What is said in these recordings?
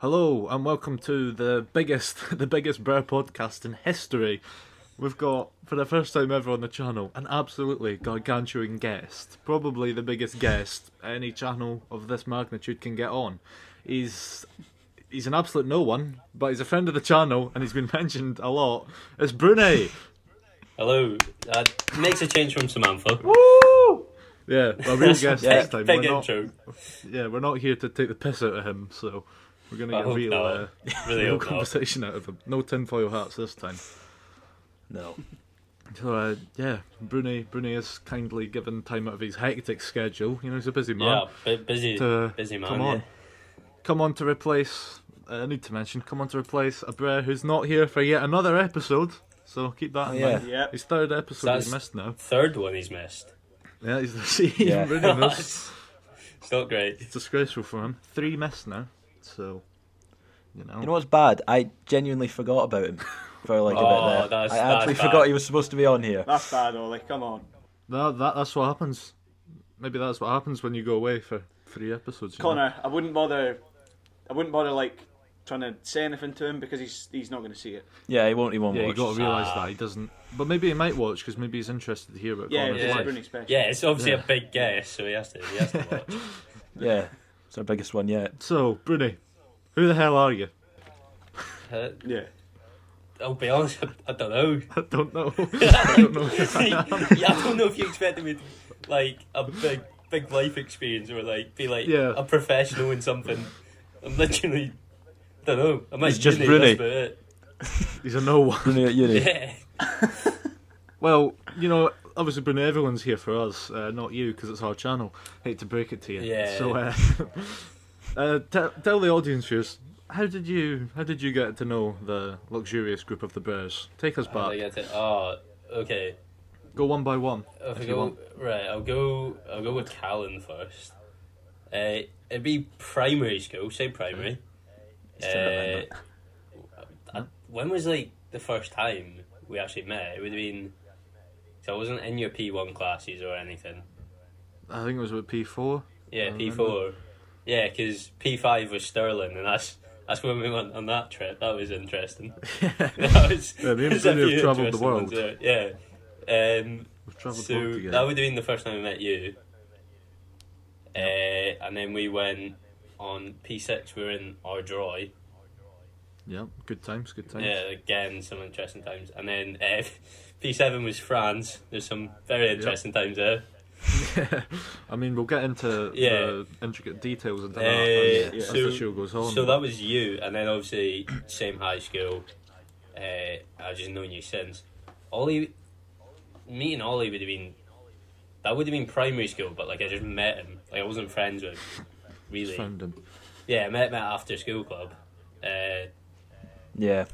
Hello and welcome to the biggest, the biggest bear podcast in history. We've got, for the first time ever on the channel, an absolutely gargantuan guest. Probably the biggest guest any channel of this magnitude can get on. He's he's an absolute no one, but he's a friend of the channel and he's been mentioned a lot. It's Brunei. Hello. Uh, makes a change from Samantha. Woo! Yeah, a real guest Yeah, this time. big We're not, intro. yeah, we're not here to take the piss out of him, so we're gonna I get hope real. not. Uh, Really No hope not. conversation out of them. No tinfoil hats this time. No. So uh, yeah, Bruni Bruni has kindly given time out of his hectic schedule. You know he's a busy man. Yeah, bu- busy, to busy man. come on, yeah. come on to replace. uh, I need to mention, come on to replace a Brer who's not here for yet another episode. So keep that in Oh, yeah. mind. Yep. His third episode he's That's- missed now. Third one he's missed. Yeah, he's see, Yeah. Bruni missed. It's not great. It's disgraceful for him. Three missed now. So you know. You know what's bad? I genuinely forgot about him for like a Oh, bit there. that's- I that's actually bad. forgot he was supposed to be on here. That's bad, Ollie. Come on. that, that that's what happens. Maybe that's what happens when you go away for three episodes. you know? Connor, I wouldn't bother. I wouldn't bother like trying to say anything to him because he's he's not going to see it. Yeah, he won't. He won't Yeah, you watch. got to realise ah. that he doesn't. But maybe he might watch because maybe he's interested to hear about Yeah, Connor's it's life. Bruni special. Yeah, it's obviously a big guess, so he has to. He has to watch. Yeah, it's our biggest one yet. So, Bruni, who the hell are you? Uh, Yeah. I'll be honest. I, I don't know. I don't know. I don't know. Like, yeah, I don't know if you expected me to, like a big, big life experience or like be like Yeah. a professional in something. I'm literally. I don't know. I might He's just uni, that's Rooney. about it. He's a no one. Bruni at uni. Yeah. Well, you know, obviously, Bruni, everyone's here for us, uh, not you, because it's our channel. Hate to break it to you. Yeah. So, uh, uh, t- tell the audience viewers. How did you how did you get to know the luxurious group of the Bears? Take us I back. get it. Oh, okay. Go one by one. If I If you Uh, go, want. right, I'll go. I'll go with Callan first. Uh, it'd be primary school. Say primary. still remember. Uh, I- when was like the first time we actually met? It would have been. So I wasn't in your P one classes or anything. I think it was with P four. Yeah, I P four. remember. Yeah, because P five was Sterling, and that's that's when we went on that trip. That was interesting. that was, Yeah, me and there's a Billy have few travelled the interesting ones there. Yeah. Um, We've travelled so both together. that would have been the first time I met you. Uh, and then we went on P6, we were in Ardroy. Yeah, good times, good times. Yeah, Uh, again, some interesting times. And then uh, P7 was France. There's some very interesting times there. I mean, we'll get into Yeah. the intricate details into Uh, that as, yeah. as so- the show goes on. So that was you. And then obviously, same high school. Uh, I've just known you since. Ollie, me and Ollie would have been, that would have been primary school, but like I just met him. Like I wasn't friends with him, really. found him. Yeah, I met him at after school club, uh, Yeah,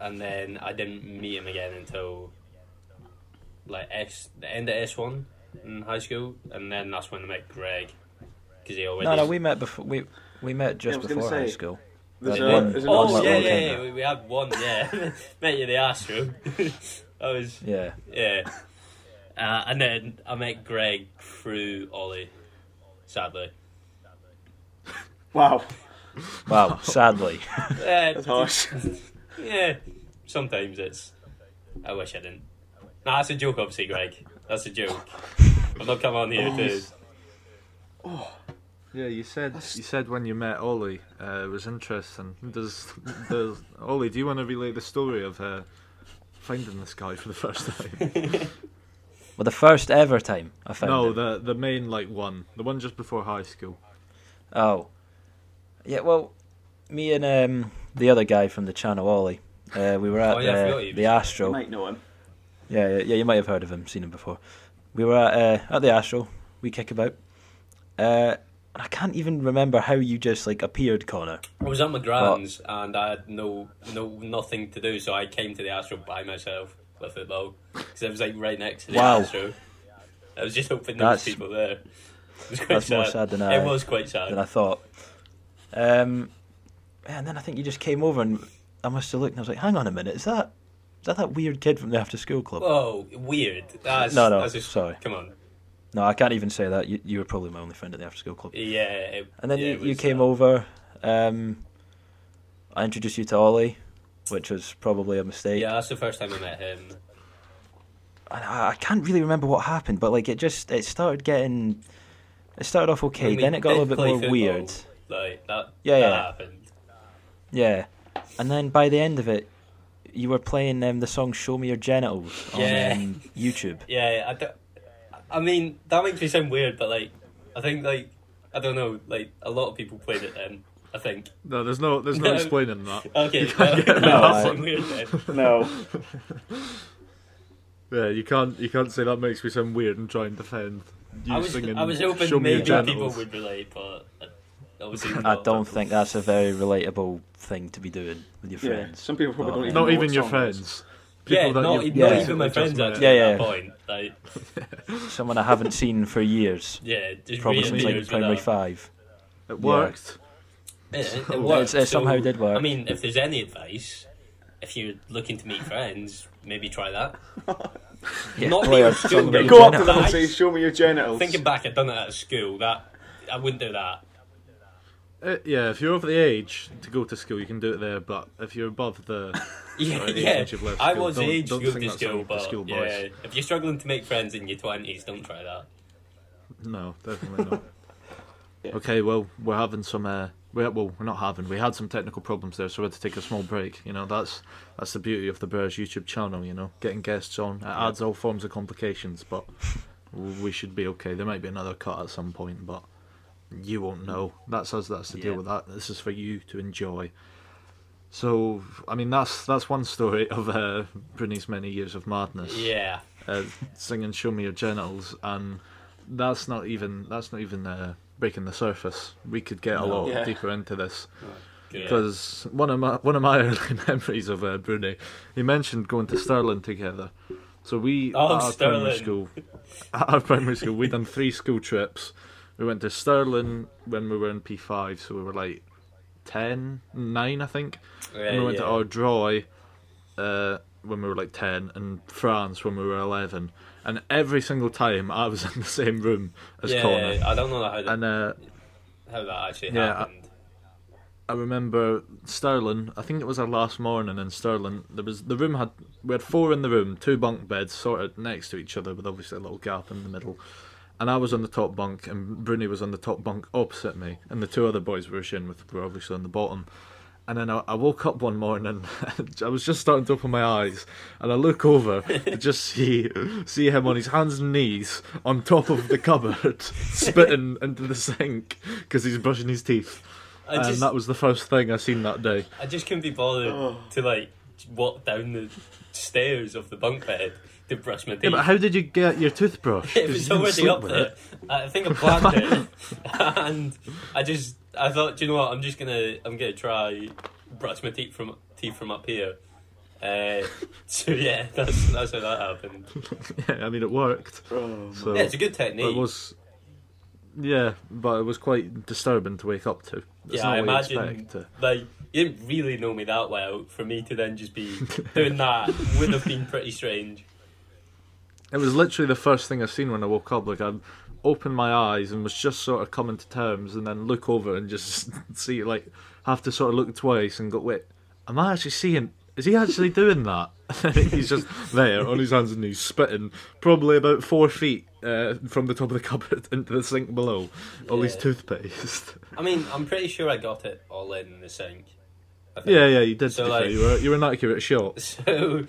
and then I didn't meet him again until like S the end of S one in high school, and then that's when I met Greg because he already. no, no, we met before. We we met Yeah, just I was gonna before high say, school. There's Yeah. a, there's an Oh Like, yeah, awesome- one yeah, came yeah. out. We, we had one. Yeah, met you at the Astro. I was Yeah, yeah, uh, and then I met Greg through Ollie. Sadly, Wow. wow. Sadly, yeah, That's harsh. yeah. Sometimes it's. I wish I didn't. Nah, that's a joke, obviously, Greg. That's a joke. I'm not coming on here to. Yeah, you said you said when you met Ollie uh, it was interesting. Does does Ollie? Do you want to relate the story of uh, finding this guy for the first time? well, the first ever time I found. no, him. the the main like one, the one just before high school. Oh, yeah. Well, me and um the other guy from the channel, Ollie. Uh, we were at Oh, yeah, I uh, forgot he was the there. Astro. You might know him. Yeah, yeah, yeah, you might have heard of him, seen him before. We were at, uh, at the Astro, we kick about. Uh, I can't even remember how you just like appeared, Connor. I was at my grand's and I had no, no, nothing to do, so I came to the Astro by myself with football because I was like right next to the Wow. Astro. I was just hoping there was That's- people there. It was quite that's more sad than I- It was quite sad. Than I thought. Um, and then I think you just came over and I must have looked and I was like, "Hang on a minute, is that is that that weird kid from the after school club?" Whoa, weird. That's, No, no, that's just, sorry. Come on. no, I can't even say that. You, you were probably my only friend at the after school club. Yeah. It, uh, And then yeah, you, it you was came that. over. Um, I introduced you to Ollie, which was probably a mistake. Yeah, that's the first time I met him. And I, I can't really remember what happened, but like it just it started getting, it started off okay. When we Then it got a did little bit play more football, weird. Like that. Yeah, that yeah. happened. Yeah, and then by the end of it, you were playing um, the song "Show Me Your Genitals" on Yeah. um, YouTube. Yeah, I, don't- I mean that makes me sound weird, but like I think like I don't know, like a lot of people played it then. I think. No, there's no, there's no, No. explaining that. Okay, You can't no, get no, that. that's not weird then. No. Yeah, you can't, you can't say that makes me sound weird and try and defend. You I was singing, I was Show hoping Me Your maybe people Genitals." would relate, but uh, obviously I not. don't think that's a very relatable thing to be doing with your Yeah. friends. Some people probably Oh, yeah. don't even know Not even what your song it is. friends. Yeah, People that not, e-, you've not yeah. even my just friends met. actually Yeah, at that yeah. point. Like, e- Someone I haven't seen for years, yeah, just probably really since like weird with primary that. five. It worked. Yeah, it, It's- it worked. it somehow did work. I mean, if there's any advice, if you're looking to meet friends, maybe try that. Yeah, Not me, play a it's song still about me. your Go up to genitals. them and Nice. say, "Show me your genitals." Thinking back, I'd done it at school. That I wouldn't do that. Uh, yeah, if you're over the age to go to school, you can do it there. But if you're above the Yeah, Right, yeah. age you've left I school. was Don't- age don't good sing to that song school, to but school boys. yeah, if you're struggling to make friends in your twenties, don't try that. No, definitely not. Okay, well, we're having some. Uh, we well, we're not having. We had some technical problems there, so we had to take a small break. You know, that's that's the beauty of the Bears YouTube channel. You know, getting guests on it adds all forms of complications, but we should be okay. There might be another cut at some point, but you won't know. That's us. That's to deal Yeah. with that. This is for you to enjoy. So, I mean, that's that's one story of uh, Brittany's many years of madness Yeah, uh, singing "Show Me Your Genitals," and that's not even that's not even uh, breaking the surface. We could get a lot Yeah. deeper into this yeah. because one of my one of my early memories of uh, Brunei, he mentioned going to Stirling together. So we Oh, at our primary Stirling. school, at our primary school, we done three school trips. We went to Stirling when we were in P five, so we were like 10, 9 I think. And we went to yeah. Ardroy uh, when we were like 10 and France when we were 11. And every single time I was in the same room as yeah, Connor. I don't know how that, And uh, how that actually yeah, I- happened. I remember Sterling, I think it was our last morning in Sterling, there was the room had, we had four in the room, two bunk beds sorted next to each other with obviously a little gap in the middle. And I was on the top bunk and Bruni was on the top bunk opposite me. And the two other boys we were sharing with were obviously on the bottom. And then I, I woke up one morning. I was just starting to open my eyes, and I look over to just see see him on his hands and knees on top of the cupboard, spitting into the sink because he's brushing his teeth. I, and just that was the first thing I seen that day. I just couldn't be bothered Oh. to like walk down the stairs of the bunk bed to brush my teeth. Yeah, but how did you get your toothbrush? it 'Cause you was didn't already sleep up with there. it. I think I planned it, and I just I thought, "Do you know what? I'm just gonna I'm gonna try brush my teeth from teeth from up here. Uh, so yeah, that's that's how that happened. Yeah, I mean it worked. Oh, So Yeah, it's a good but technique. it was. Yeah, but it was quite disturbing to wake up to. It's yeah, not I what you imagine expect uh, to- like you didn't really know me that well. For me to then just be doing that would have been pretty strange. It was literally the first thing I seen when I woke up. Like I opened my eyes and was just sort of coming to terms, and then look over and just see like have to sort of look twice and go, wait, am I actually seeing? Is he actually doing that? And then he's just there on his hands and knees, spitting probably about four feet uh, from the top of the cupboard into the sink below. All his Yeah. toothpaste. I mean, I'm pretty sure I got it all in the sink. I think. yeah, yeah, you did. to So, be fair. like- you were you were an accurate shot. So,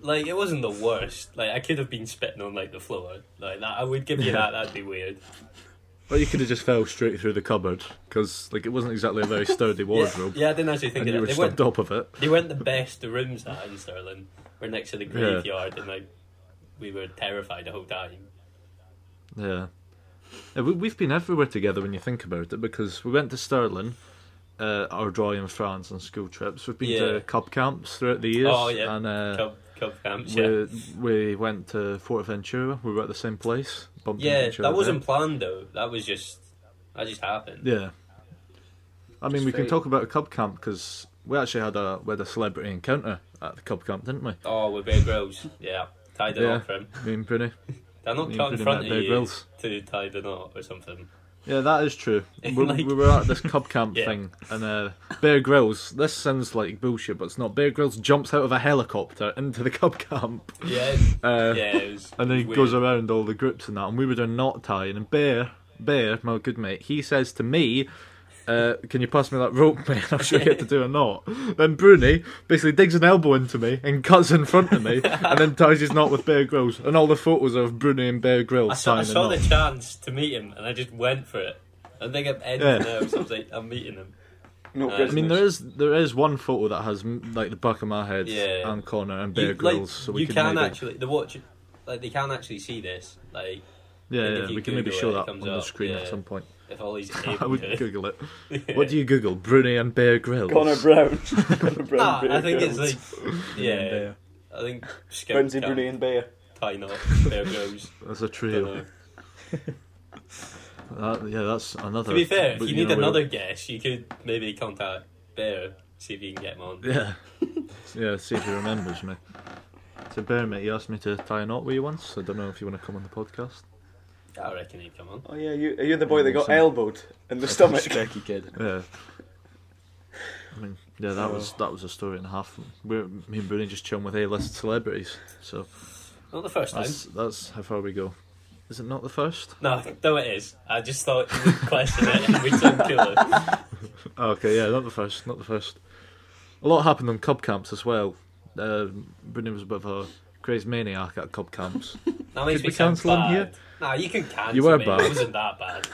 like, it wasn't the worst. Like, I could have been spitting on like the floor. Like that, I would give you that. That'd be weird. But you could have just fell straight through the cupboard because like it wasn't exactly a very sturdy Yeah, wardrobe, yeah, I didn't actually think and you of were that. They just on weren't, top of it. they weren't the best the rooms that in Stirling. We're next to the graveyard, and like, we were terrified the whole time. Yeah. Yeah, we, we've been everywhere together when you think about it because we went to Stirling, uh, our draw in France on school trips. We've been Yeah. to cub camps throughout the years. Oh, yeah. And uh, Cub, cub camps, yeah. we, we went to Fort Ventura. We were at the same place. bumped into Yeah, each that other wasn't planned though. That was just that just happened. there. Yeah. I mean, Just we can fate. talk about a cub camp because we actually had a we had a celebrity encounter at the cub camp, didn't we? Oh, with Bear Grylls, yeah, tied the Yeah. knot for him. Me and Bruni. Did I not Me cut and Bruni in front met of Bear you Grylls. to tie the knot or something? Yeah, that is true. We, Like- we were at this cub camp Yeah. thing, and uh, Bear Grylls. This sounds like bullshit, but it's not. Bear Grylls jumps out of a helicopter into the cub camp, Yeah, uh, yeah. It was and then he weird. goes around all the groups and that. And we were doing knot tying, and Bear, Bear, my good mate, he says to me. Uh, can you pass me that rope, man? I'm sure you have to do a knot. Then Bruni basically digs an elbow into me and cuts in front of me, and then ties his knot with Bear Grylls. And all the photos are of Bruni and Bear Grylls I saw, I tying saw the knot. the chance to meet him, and I just went for it. I think I'm ending Yeah. now, so I was like, I'm meeting him. No Uh, I business. I mean, there is there is one photo that has m- like the back of my head Yeah. and Connor and Bear you, Grylls, like, so we you can, can maybe, actually the watch, like they can actually see this. Like yeah, if yeah, you we can maybe Google show it, it that on comes the up, screen yeah. at some point. if Ollie's I able would to. Google it. What do you Google? Bruni and Bear Grylls. Connor Brown. Connor Brown. Ah, I Bear think it's Grylls. like yeah. Bear. I think Scout Lindsay Bruni can and Bear. tie knot. There goes. That's a Dunno. trio. That, yeah, that's another. To be fair, if but you know, need we- another guess, you could maybe contact Bear, see if you can get him on. Yeah, yeah. See if he remembers me. So Bear, mate, you asked me to tie a knot with you once. I don't know if you want to come on the podcast. I reckon he'd come on. Oh yeah, you, are you the boy that got Awesome. elbowed in the stomach? Specky kid. Yeah. I mean, yeah, that was that was a story and a half. We're, me and Bruni just chilling with A-list celebrities, so Not the first time. that's that's how far we go. Is it not the first? No, no, it is. I just thought you would question it and we sound killer. Oh, okay, yeah, not the first, not the first. A lot happened on cub camps as well. Uh, Bruni was a bit of a crazy maniac at cub camps. That Could makes me we sound cancel him bad. here? Nah, you can cancel were me. bad. It wasn't that bad.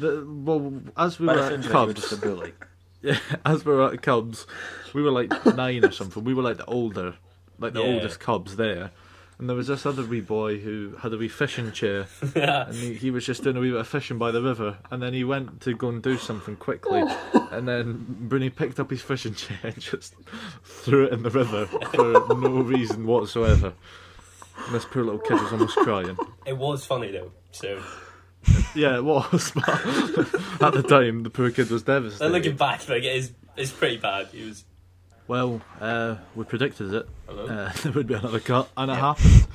The, well, as we But were I at think you were just cubs, a bully. yeah, as we were at Cubs, we were like nine or something. We were like the older, like the Yeah. oldest Cubs there. And there was this other wee boy who had a wee fishing chair, and he, he was just doing a wee bit of fishing by the river. And then he went to go and do something quickly, and then Bruni picked up his fishing chair and just threw it in the river for no reason whatsoever. And this poor little kid was almost crying. It was funny though. So Yeah, it was. But at the time, the poor kid was so devastated. looking back, like it is, it's pretty bad. It was. Well, uh, we predicted it. Hello? Uh, there would be another cut, and it happened.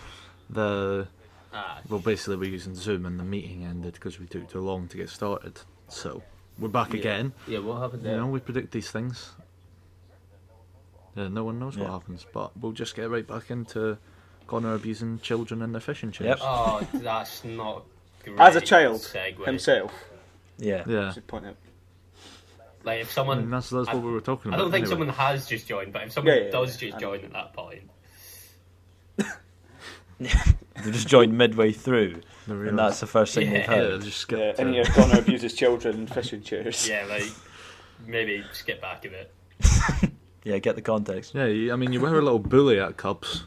The Ah, well, basically, we're using Zoom, and the meeting ended because we took too long to get started. So we're back again. yeah. What happened You know, we predict these things. Yeah, no one knows what Yeah. happens, but we'll just get right back into Connor abusing children and their fishing Yep. chairs. Oh, that's not. Great As a child segue. himself. Yeah. Yeah, Should point out. like I mean, if someone, that's that's what we were talking I about. don't think anyway. someone has just joined, but if someone Yeah, yeah, does yeah, just I know. join at that point, They just joined midway through, They and realised- that's the first thing Yeah. they've yeah, heard. they just Yeah, skipped. and it. your Connor abuses children and fishing chairs. yeah, like maybe skip back a bit. Yeah, get the context. yeah, you- I mean, you were a little bully at Cubs.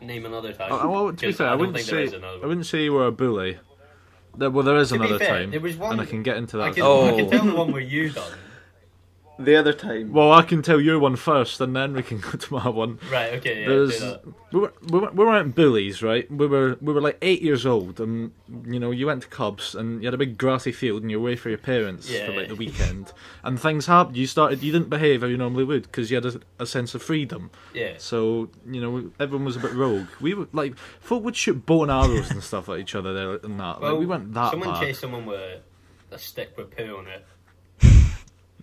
Name another time. I, I, Oh, well, to be 'cause fair, I, don't wouldn't think there say is another I one. wouldn't say you were a bully. There, well, there is To be another fair, time, there was one- and I can get into I that. can, Oh. I can tell the one where you done. The other time. Well, I can tell your one first, and then we can go to my one. Right, okay, yeah, do There's- that. we, were, we, were, we weren't bullies, right? We were we were like eight years old, and you know you went to Cubs, and you had a big grassy field, and you were away for your parents Yeah. for like the weekend, and things happened. You started, you didn't behave how you normally would because you had a, a sense of freedom. Yeah. So you know everyone was a bit rogue. We were like folk would shoot bow and arrows and stuff at each other there and that. like, we weren't that Someone bad. chased someone with a stick with poo on it.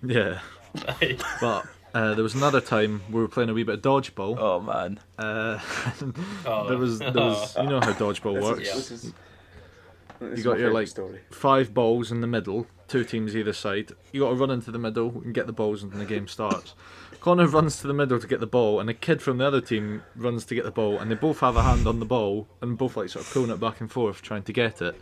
Yeah, Like, but uh, there was another time we were playing a wee bit of dodgeball. Oh man. Uh, oh. there was there was you know how dodgeball This works. is- this is- this is got my your, favourite like- story. Five balls in the middle, two teams either side. You got to run into the middle and get the balls, and then the game starts. Connor runs to the middle to get the ball, and a kid from the other team runs to get the ball, and they both have a hand on the ball and both like sort of pulling it back and forth trying to get it.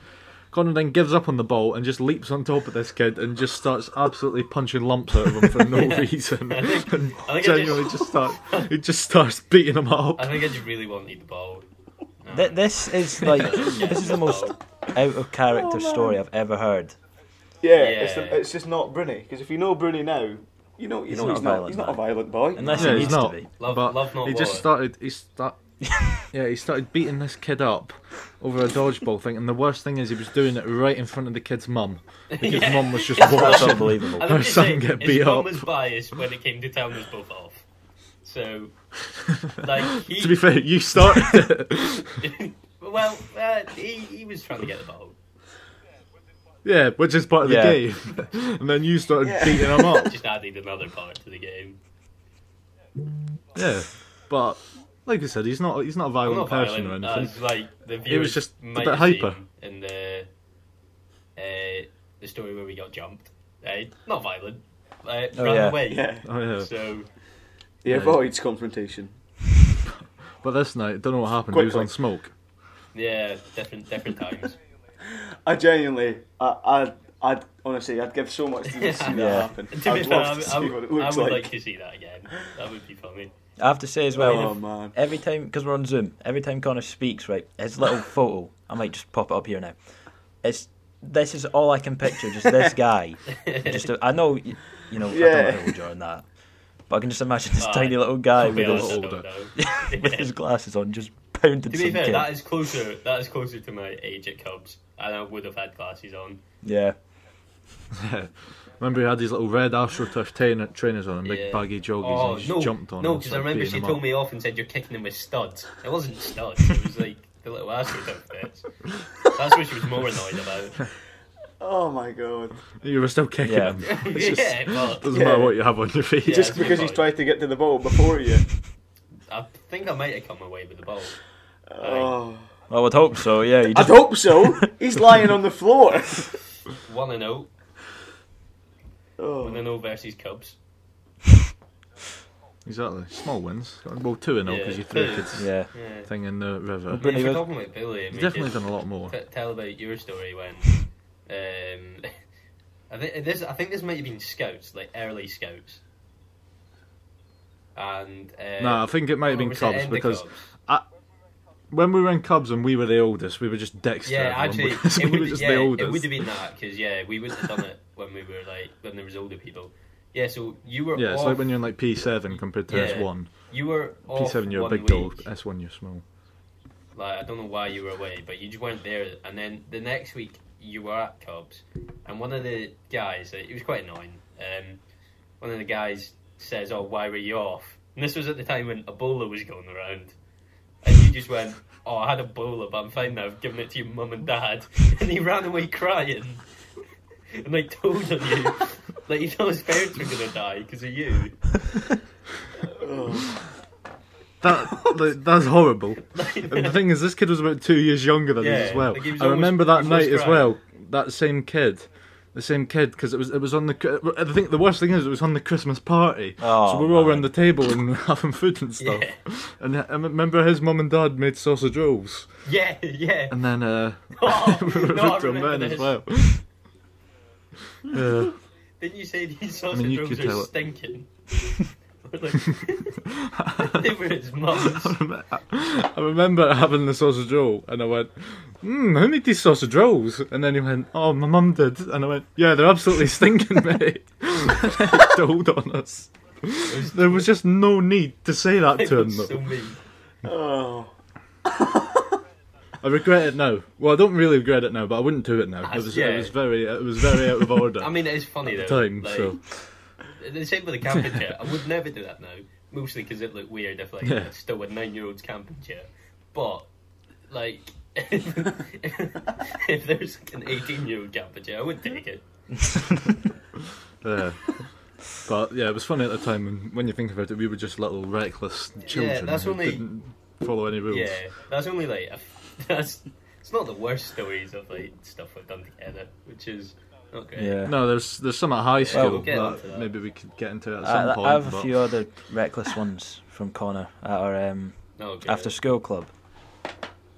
Connor then gives up on the ball and just leaps on top of this kid and just starts absolutely punching lumps out of him for no reason. and I think I genuinely just, start, he just starts beating him up. I think I just really wanted the ball. Oh. Th- this is like this is the most out of character Oh, story I've ever heard. Yeah, It's, the, Yeah. it's just not Bruni. Because if you know Bruni now, you know he's, not he's a not, violent he's not a man. violent boy. Unless Yeah, it he's needs not. to be. Love, but love not he just war. started. He start. yeah, he started beating this kid up over a dodgeball thing, and the worst thing is he was doing it right in front of the kid's mum. The kid's mum was just That's watching. unbelievable. I think her it's son like, get his beat mum up. was biased when it came to telling us both off. So, like he, to be fair, you started. it. well, uh, he, he was trying to get the ball. Yeah, which is part of Yeah. the game. and then you started Yeah. beating him up. Just added another part to the game. Yeah, but like I said, he's not he's not a I'm violent not person violent. or anything. That's like the viewers just a might bit have hyper. seen in the uh, the story where we got jumped. Right? Not violent. Uh, Oh, ran yeah. away. Yeah, Oh yeah, So he Yeah. avoids confrontation. but this night, don't know what happened. he was Quickly. on smoke. yeah, different different times. I genuinely, I, I, I'd honestly, I'd give so much to see that Yeah. happen. to be I'd fair, love I, to would- see I would, what it I looks would like. like. to see that again. That would be funny. I have to say as well, Oh man, every time because we're on Zoom, every time Connor speaks, right, his little photo. I might just pop it up here now. It's this is all I can picture, just this guy. Just a, I know, y- you know, I don't know Yeah. how old you're on that, but I can just imagine this Aye. tiny little guy To be with honest, I his, little don't older. know. with his glasses on, just pounding To some be fair, kid. that is closer. That is closer to my age at Cubs, and I would have had glasses on. Yeah, Remember, he had these little red AstroTurf train- trainers on and big Yeah. baggy joggies, Oh and he just no, jumped on. no, and because I started remember beating she him told up. me off and said you're kicking them with studs. It wasn't studs. It was like the little acid outfits. That's what she was more annoyed about. oh my god. you were still kicking Yeah. him. yeah, but Doesn't Yeah. matter what you have on your feet. Yeah. Just it's my because he's fault. tried to get to the ball before you. I think I might have come away with the ball. Oh. well, I would hope so. Yeah, you I'd just, hope so. He's lying on the floor. One and oh. zero, one Oh. and zero versus Cubs. Exactly. Small wins. Well, two and all because Yeah. you threw a kid's yeah, Yeah. thing in the river. But But he if you're was- talking about Billy, I You've mean, definitely just done a lot more. t- tell about your story when. Um, I think this. I think this might have been scouts, like early scouts. And uh, No, I think it might have or been was it Cubs end of because Cubs? when we were in Cubs and we were the oldest, we were just dicks. to Yeah, everyone actually, because it we would, were just yeah, the it would oldest. have been that because yeah, we wouldn't have done it when we were like when there was older people. Yeah, so you were Yeah, off, it's like when you're in like P7 compared to Yeah. S1. you were off P7, you're a one big week. dog. S1, you're small. Like I don't know why you were away, but you just weren't there. And then the next week you were at Cubs, and one of the guys, uh, it was quite annoying. Um, one of the guys says, "Oh, why were you off?" And this was at the time when Ebola was going around, and you just went, "Oh, I had Ebola, but I'm fine now. I've given it to your mum and dad." And he ran away crying, and like told on you, like you know his parents were gonna die because of you. That like, that's horrible. And the thing is, this kid was about two years younger than us Yeah, as well. like, he was I remember that almost- he was night as crying. well. That same kid, the same kid, because it was it was on the. cri- I think the worst thing is it was on the Christmas party. Oh, so we were all man. around the table and having food and stuff. Yeah. And I remember his mum and dad made sausage rolls, Yeah, yeah. and then uh, Oh, we were no, I ripped on remember men as this. well. Uh, Yeah. Then you say these sausage you rolls could are tell it- stinking. We're like- they were his mum's. I remember having the sausage roll, and I went, "Hmm, who made these sausage rolls?" And then he went, "Oh, my mum did." And I went, "Yeah, they're absolutely stinking, mate." and he told on us. There was just no need to say that It to him. was Though. so mean. Oh. I regret it now. Well, I don't really regret it now, but I wouldn't do it now. Ah, It was, yeah. it was very, it was very out of order I mean, it is funny at the though. time. like, So The same with the camping chair. I would never do that now, mostly because it looked weird if like Yeah. it's still a nine-year-old's camping chair. But like, if there's like, an eighteen-year-old camping chair, I would take it. yeah. But yeah, it was funny at the time. And when you think about it, we were just little reckless children that's who only- didn't follow any rules. Yeah, that's only like a f- that's. It's not the worst stories of like stuff we've done together, which is not great. yeah. No, there's there's some at high Well, school we'll get that, onto that. Uh, maybe we could get into at I, some I point. have a but few other reckless ones from Connor at our um, Not great. after school club.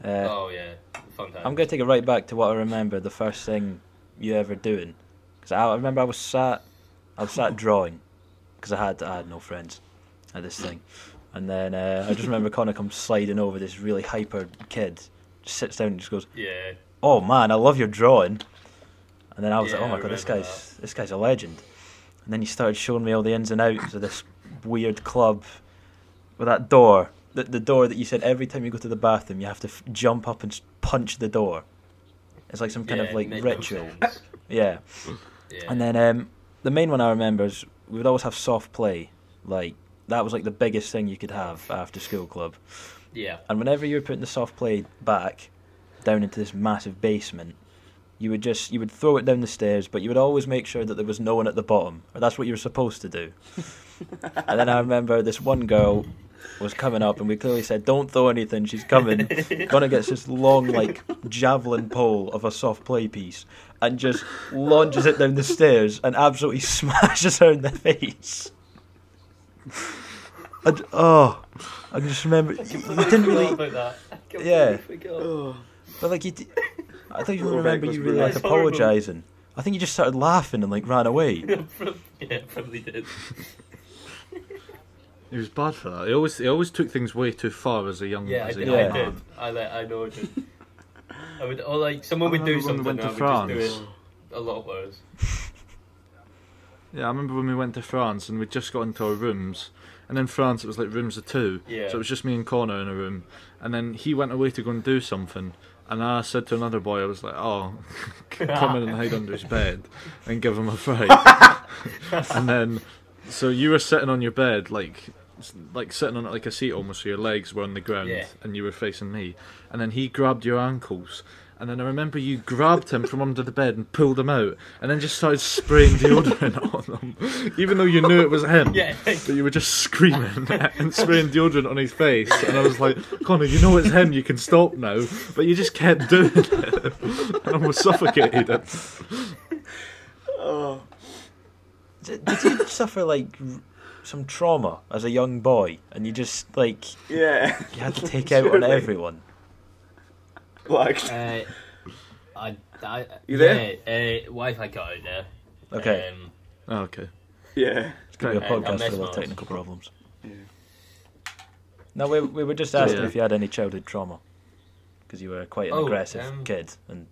Uh, Oh yeah, fun time. I'm going to take it right back to what I remember the first thing you ever doing. Because I, I remember I was sat, I was sat drawing, because I had I had no friends at this thing, and then uh, I just remember Connor comes sliding over this really hyper kid, just sits down and just goes, Yeah, "Oh man, I love your drawing," and then I was Yeah, like, "Oh I my god, this remember guy's this guy's a legend," and then he started showing me all the ins and outs of this weird club with that door. The, the door that you said every time you go to the bathroom you have to f- jump up and s- punch the door. It's like some kind yeah, of like make no ritual. sense. Yeah. Yeah. And then um, the main one I remember is we would always have soft play. Like that was like the biggest thing you could have after school club. yeah, And whenever you were putting the soft play back down into this massive basement, you would just you would throw it down the stairs, but you would always make sure that there was no one at the bottom, or that's what you were supposed to do. and then I remember this one girl was coming up, and we clearly said, "Don't throw anything. She's coming." Gonna gets this long like javelin pole of a soft play piece, and just launches it down the stairs and absolutely smashes her in the face. And, oh, I just remember we didn't really. about that. I completely Yeah. forgot. But like you, d- I think you Little remember reckless you really bro. like That's horrible. apologising. I think you just started laughing and like ran away. yeah, probably did. Mm, He was bad for that. He always he always took things way too far as a young Yeah, I as a did. young I Yeah. did. man. I, let, I know I did. I would, or like someone I would do remember when something, we went and I would to just do France. it a lot worse. Yeah, I remember when we went to France and we just got into our rooms. And in France, it was like rooms of two. Yeah. So it was just me and Connor in a room. And then he went away to go and do something. And I said to another boy, I was like, oh, come in and hide under his bed and give him a fright. and then, so you were sitting on your bed, like, like sitting on like a seat almost, so your legs were on the ground Yeah. and you were facing me. And then he grabbed your ankles. And then I remember you grabbed him from under the bed and pulled him out, and then just started spraying deodorant on him, even though you knew it was him. Yeah. But you were just screaming and spraying deodorant on his face, and I was like, Connor, you know it's him, you can stop now. But you just kept doing it, and almost suffocated him. Oh, Did did you suffer like r- some trauma as a young boy, and you just like yeah. you had to take out on Surely. everyone? Like, Uh, I, I, You yeah, there? Uh, Wi-Fi cut out there. Okay, Um, Oh, okay. yeah. it's gonna be a okay, I podcast messed full of up. technical problems. Yeah. No, we we were just asking Yeah. if you had any childhood trauma, because you were quite an Oh, aggressive um, kid, and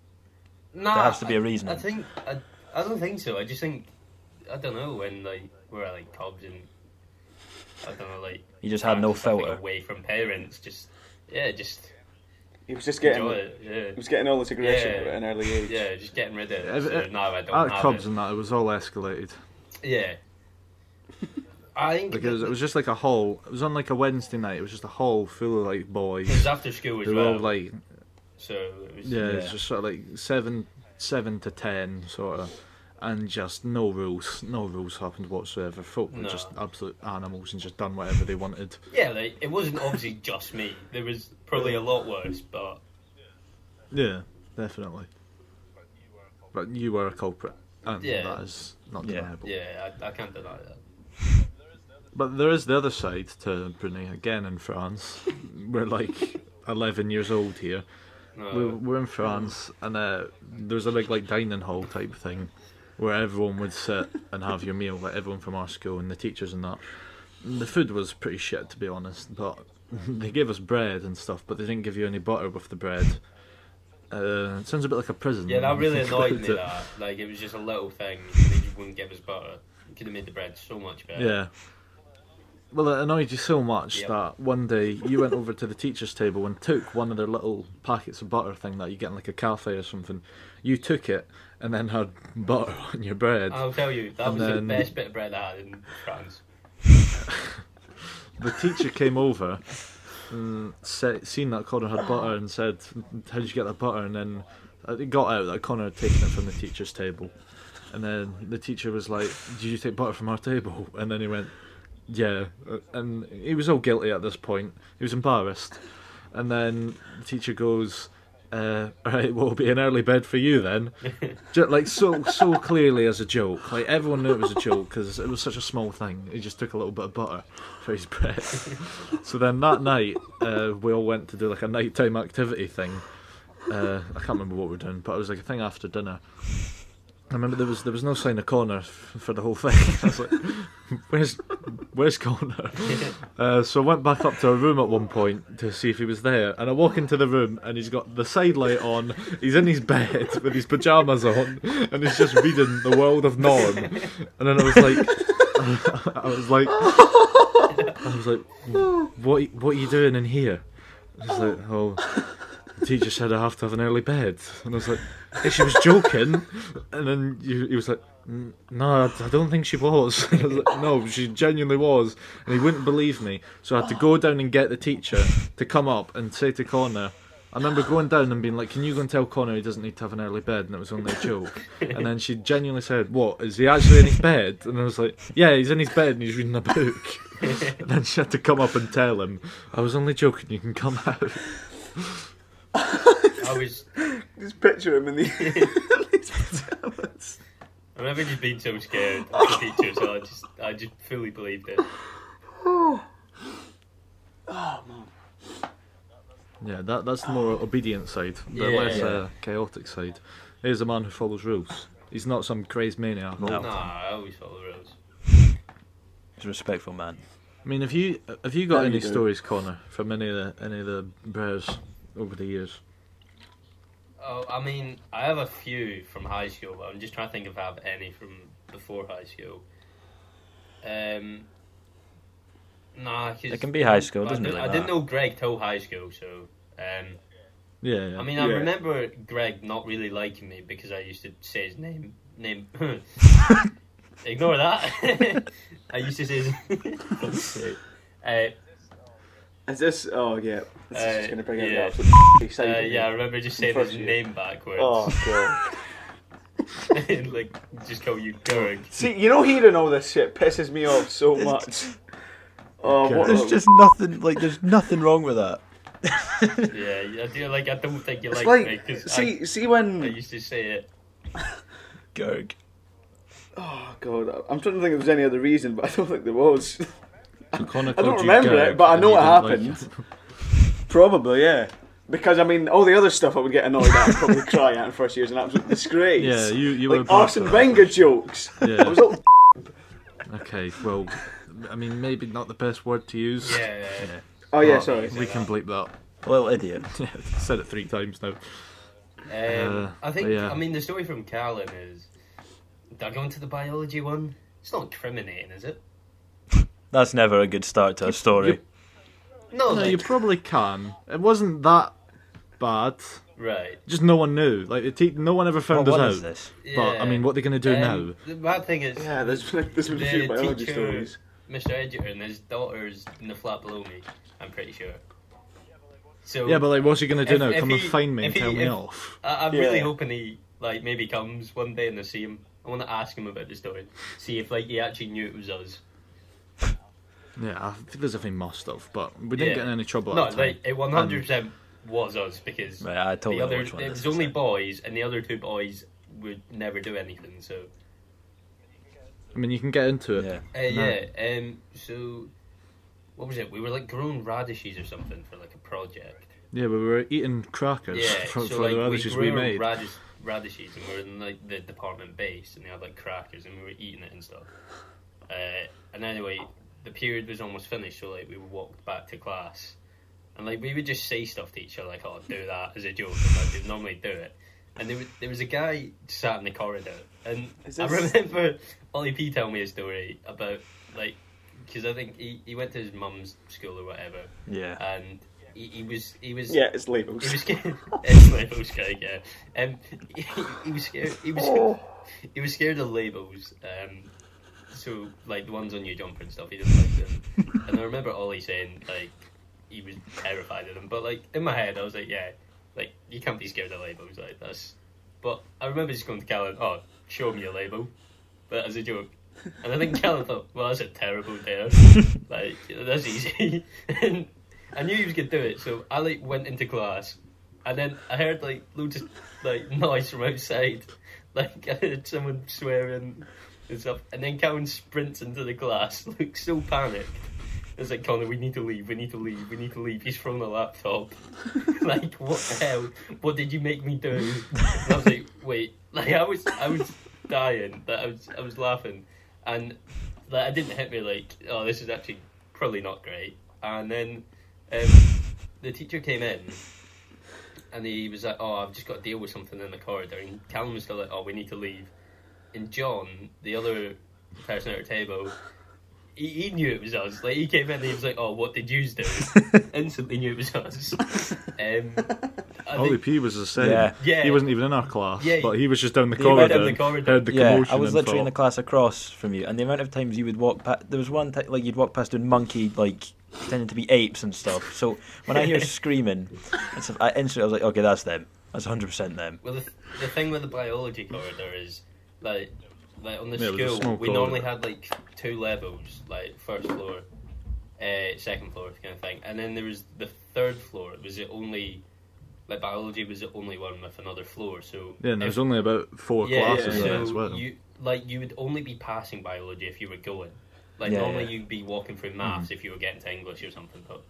nah, there has to be a reason. I, I think I, I don't think so. I just think I don't know when like we're at, like pubs and I don't know like you just had parents no and stuff, like, filter. away from parents. Just yeah, just He was just enjoy getting. it. He was getting all this aggression Yeah. at an early Yeah. age. yeah, just getting rid of it. Ev- So, ev- no, I don't uh, At have clubs it. and that, it was all escalated. Yeah, I think Because it was just like a hall. It was on like a Wednesday night. It was just a hall full of like it was boys. after school as They were well. all like, so it was, yeah, Yeah. it's just sort of like seven, seven to ten sort of, and just no rules, no rules happened whatsoever. Folk were No. just absolute animals and just done whatever they wanted. yeah, like it wasn't obviously just me. There was probably a lot worse, but Yeah, definitely. But you were a culprit, and Yeah. that is not Yeah. deniable. yeah, I, I can't deny that. But there is the other side to Brunei again in France. we're like eleven years old here. No. we we're in France, and uh, there's a big like dining hall type thing where everyone would sit and have your meal, like everyone from our school and the teachers and that. And the food was pretty shit, to be honest, but they gave us bread and stuff, but they didn't give you any butter with the bread. Uh, it sounds a bit like a prison. Yeah, that when you really think about annoyed me. it. That like it was just a little thing. and They just wouldn't give us butter. Could have made the bread so much better. Yeah. Well, it annoyed you so much Yep. that one day you went over to the teacher's table and took one of their little packets of butter thing that you get in like a cafe or something. You took it and then had butter on your bread. I'll tell you, that And was then- the best bit of bread I had in France. The teacher came over, and se- seen that Connor had butter, and said, "How'd you get that butter?" And then it got out that Connor had taken it from the teacher's table. And then the teacher was like, "Did you take butter from our table?" And then he went, "Yeah." Uh, And he was all guilty at this point. He was embarrassed. And then the teacher goes, uh, "All right, well, it'll be an early bed for you then." Just, like so, so clearly as a joke. Like everyone knew it was a joke because it was such a small thing. He just took a little bit of butter for his bread. so then that night, uh, we all went to do like a nighttime activity thing. Uh, I can't remember what we were doing, but it was like a thing after dinner. I remember there was there was no sign of Connor f- for the whole thing. I was like, "Where's where's Connor?" Uh, so I went back up to a room at one point to see if he was there, and I walk into the room and he's got the side light on. He's in his bed with his pajamas on, and he's just reading The World of Norm. And then I was like, I was like, I was like, what what are you doing in here? He's like, oh, the teacher said I have to have an early bed, and I was like, "Hey, she was joking, and then you, he was like. "N- No, I- I don't think she was. And I was like, no, she genuinely was, and he wouldn't believe me. So I had to go down and get the teacher to come up and say to Connor, I remember going down and being like, "Can you go and tell Connor he doesn't need to have an early bed?" And it was only a joke. And then she genuinely said, "What is he actually in his bed?" And I was like, "Yeah, he's in his bed and he's reading a book." and then she had to come up and tell him, "I was only joking. You can come out." I was. Just picture him in the. these pajamas. I remember just being so scared of the teacher, so I just, I just fully believed it. oh man. Yeah, that that's the more obedient side, the Ah. Yeah. less uh, chaotic side. Here's a man who follows rules. He's not some crazed maniac. No. Nah, I always follow the rules. He's a respectful man. I mean, have you have you got No, you any don't. stories, Connor, from any of the any of the bears over the years? Oh, I mean, I have a few from high school, but I'm just trying to think if I have any from before high school. Um, nah, 'cause- It can be high school, I doesn't did- really I didn't matter. know Greg till high school, so. Um, Yeah, yeah. I mean, I Yeah. remember Greg not really liking me because I used to say his name. Name. Ignore that. I used to say his. uh, Is this? Oh yeah. This is just Uh, gonna bring out yeah. the absolute uh, excitement. yeah, I remember just saying Fuck his you. name backwards. Oh god. like, just call you Greg. See, you know, hearing all this shit pisses me off so much. Oh, what? There's a- just nothing like. There's nothing wrong with that. Yeah, I do like. I don't think you It's like, like, me because see, I, see I when. used to say it. Gerg. Oh god, I'm trying to think if there's any other reason, but I don't think there was. So Connor I don't called you remember Gerg it, but I and know you it didn't like happened. Probably, yeah. Because I mean, all the other stuff I would get annoyed at, and probably cry at in first year is an absolute disgrace. Yeah, you- you were like brought Arsene up. Wenger jokes. Yeah. I was all, it. Okay, well, I mean, maybe not the best word to use. Yeah, oh yeah, but sorry. We can bleep that. Little idiot. Said it three times now. Um, Uh, I think. but yeah. I mean, the story from Carlin is. Did I go into the biology one? It's not incriminating, is it? That's never a good start to a story. you- No, No, like- you probably can. It wasn't that bad. right. Just no one knew. Like the te- no one ever what found one us is out. this? But I mean, what they're gonna do now? Um, The bad thing is, Yeah, there's been, there's been a The few biology teacher- stories. Mr. Edgerton, his daughter's in the flat below me. I'm pretty sure. So Yeah, but like, what's he gonna do If- now? if Come he- and find me and if he- tell me if- off. I, I'm really Yeah. hoping he like maybe comes one day and I see him. I want to ask him about the story, see if like he actually knew it was us. Yeah, I think there's a thing must have, but we didn't Yeah. get in any trouble no, at the time. like it 100 percent was us because Right, I totally the know other which one it this was is. only boys, and the other two boys would never do anything. So I mean, you can get into it. Yeah. uh, yeah, um, so what was it? We were like growing radishes or something for like a project. Yeah, we were eating crackers Yeah, from, so from like the radishes we we, grew made. Radish, radishes, and we were in like the department base, and they had like crackers, and we were eating it and stuff. Uh, and anyway, the period was almost finished, so like we walked back to class, and like we would just say stuff to each other, like "Oh, do that" as a joke, and, like they'd normally do it. And there was, there was a guy sat in the corridor, and Is I this- remember Ollie P telling me a story about like because I think he, he went to his mum's school or whatever, Yeah. Uh, and he, he was he was Yeah, it's he labels. was scared. it's label scared, yeah. Um, he, he was scared. He was scared, he was scared of labels. Um, so like the ones on your jumper and stuff, he didn't like them. and I remember Ollie saying like he was terrified of them. But like in my head, I was like, yeah, like you can't be scared of labels. Like that's. But I remember just going to Callan, oh, show me a label, but as a joke. And I think Callan thought, well, that's a terrible dare. like that's easy. and I knew he was gonna do it, so I like went into class, and then I heard like loads of like noise from outside, like I heard someone swearing and stuff. And then Cowan sprints into the class, looks so panicked. It's like Connor, we need to leave, we need to leave, we need to leave. He's thrown a laptop. like what the hell? What did you make me do? And I was like, wait, like I was, I was dying, but I was, I was laughing, and like I didn't hit me like, oh, this is actually probably not great. And then um, the teacher came in and he was like, oh, I've just got to deal with something in the corridor. And Callum was still like, oh, we need to leave. And John, the other person at our table, he, he knew it was us. Like, he came in and he was like, oh, what did you do? Instantly knew it was us. Um, I Ollie think- P was the same. Yeah. Yeah. He wasn't even in our class, Yeah. but he was just down the He corridor. went down the and corridor. Heard the Yeah, commotion I was and literally in thought, the class across from you, and the amount of times you would walk past, there was one time like you'd walk past doing monkey like pretending to be apes and stuff. So when I hear screaming, and stuff, I instantly I was like, okay, that's them. That's 100% them. Well, the, the thing with the biology corridor is like, like on the Yeah, it was a school, small we normally corridor. had like two levels, like first floor, uh, second floor kind of thing, and then there was the third floor. It was the only like biology was the only one with another floor. So Yeah, and if- there's only about four yeah, classes in there as so well. you like you would only be passing biology if you were going. Like Yeah, normally yeah. you'd be walking through Hmm. maths if you were getting to English or something, but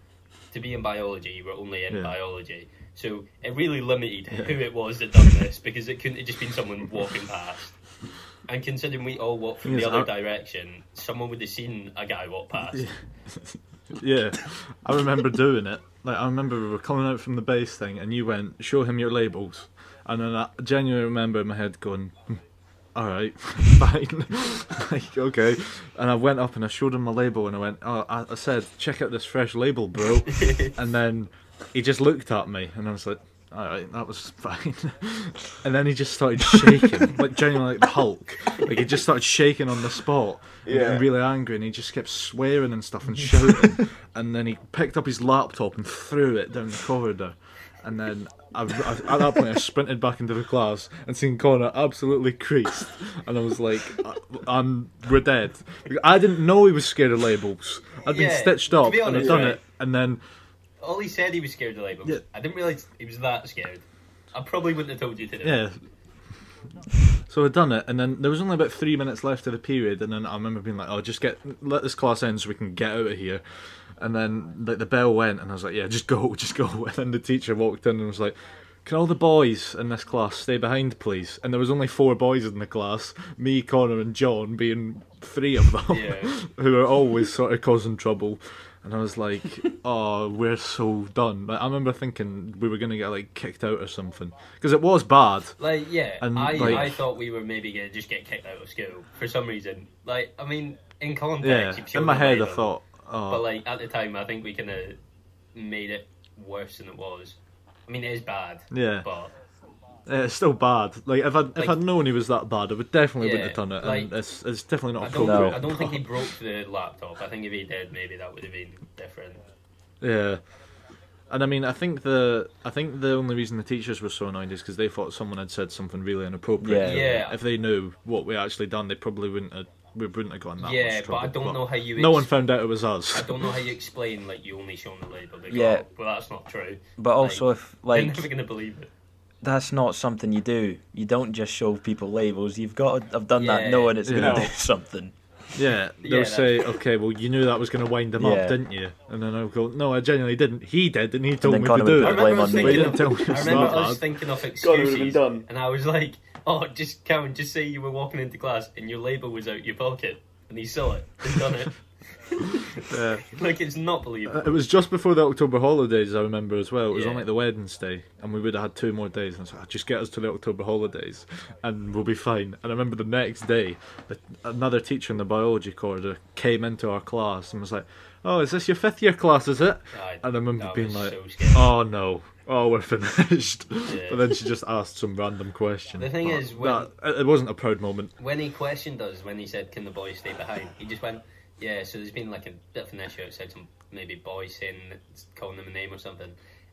to be in biology you were only in Yeah. biology. So it really limited who it was that done this because it couldn't have just been someone walking past. And considering we all walked from Yes, the other I- direction, someone would have seen a guy walk past. Yeah, I remember doing it. Like I remember we were coming out from the base thing, and you went, "Show him your labels," and then I genuinely remember in my head going, "Hmm, "All right, fine, like okay." And I went up and I showed him my label, and I went, "Oh, I, I said, check out this fresh label, bro," and then he just looked at me, and I was like. All right, that was fine. and then he just started shaking, like genuinely like the Hulk. Like he just started shaking on the spot, and Yeah. getting really angry, and he just kept swearing and stuff and shouting. and then he picked up his laptop and threw it down the corridor. And then I, I- at that point, I sprinted back into the class and seen Connor absolutely creased. And I was like, I, am we're dead. I didn't know he was scared of labels. I'd been Yeah, stitched to up be and I'd honest, done right. it. And then All he said he was scared of labels. Yeah. I didn't realise he was that scared. I probably wouldn't have told you today. Yeah. So I'd done it, and then there was only about three minutes left of the period, and then I remember being like, "Oh, just get let this class end so we can get out of here." And then like the bell went, and I was like, "Yeah, just go, just go." And then the teacher walked in and was like, "Can all the boys in this class stay behind, please?" And there was only four boys in the class, me, Connor, and John being three of them, Yeah. who are always sort of causing trouble. And I was like, "Oh, we're so done." Like I remember thinking we were gonna get like kicked out or something because it was bad. Like yeah, And, I like- I thought we were maybe gonna just get kicked out of school for some reason. Like I mean, in context, you've in shown my the head, I label, thought, oh, But like at the time, I think we kind of made it worse than it was. I mean, it is bad. Yeah. But eh, it's still bad. Like if I if Like- I'd known he was that bad, I would definitely Yeah, wouldn't have done it. like- and it's it's definitely I not don't. appropriate. I don't think he broke the laptop. I think if he did, maybe that would have been different. Yeah, and I mean, I think the I think the only reason the teachers were so annoyed is because they thought someone had said something really inappropriate. Yeah. Yeah. If they knew what we actually done, they probably wouldn't have. We wouldn't have gone that yeah, much but trouble. I don't know how you. No one ex- found out it was us. I don't know how you explain like you only shown the label. They go, Yeah. Well, that's not true. But also, if Like, like they're never gonna believe it. that's not something you do. You don't just show people labels. You've got to have done Yeah. that knowing it's Yeah. going to do something. Yeah, they'll Yeah, that's- say, "Okay, well, you knew that was going to wind him Yeah. up, didn't you?" And then I'll go, "No, I genuinely didn't. He did, and he told then me Connor to do it." would be like, blame I remember us on me. But he thinking didn't of- tell me I it's remember that us bad. thinking of God, it would've been excuses, done. and I was like, "Oh, just Karen, just say you were walking into class and your label was out your pocket, and he saw it and done it." Yeah. like it's not believable. Uh, It was just before the October holidays, I remember as well. It was on Yeah. like the Wednesday, and we would have had two more days. And I was like, "Ah, just get us to the October holidays, and we'll be fine. And I remember the next day, the, another teacher in the biology corridor came into our class and was like, "Oh, is this your fifth year class? Is it?" I, And I remember that being was like, so scary. "Oh no." Oh, we're finished. Yeah. But then she just asked some random question. The thing But is, when- that- it- it wasn't a proud moment. when he questioned us, when he said, "Can the boys stay behind?" He just went, "Yeah." So there's been like a bit of an issue outside some maybe boys saying calling them a name or something.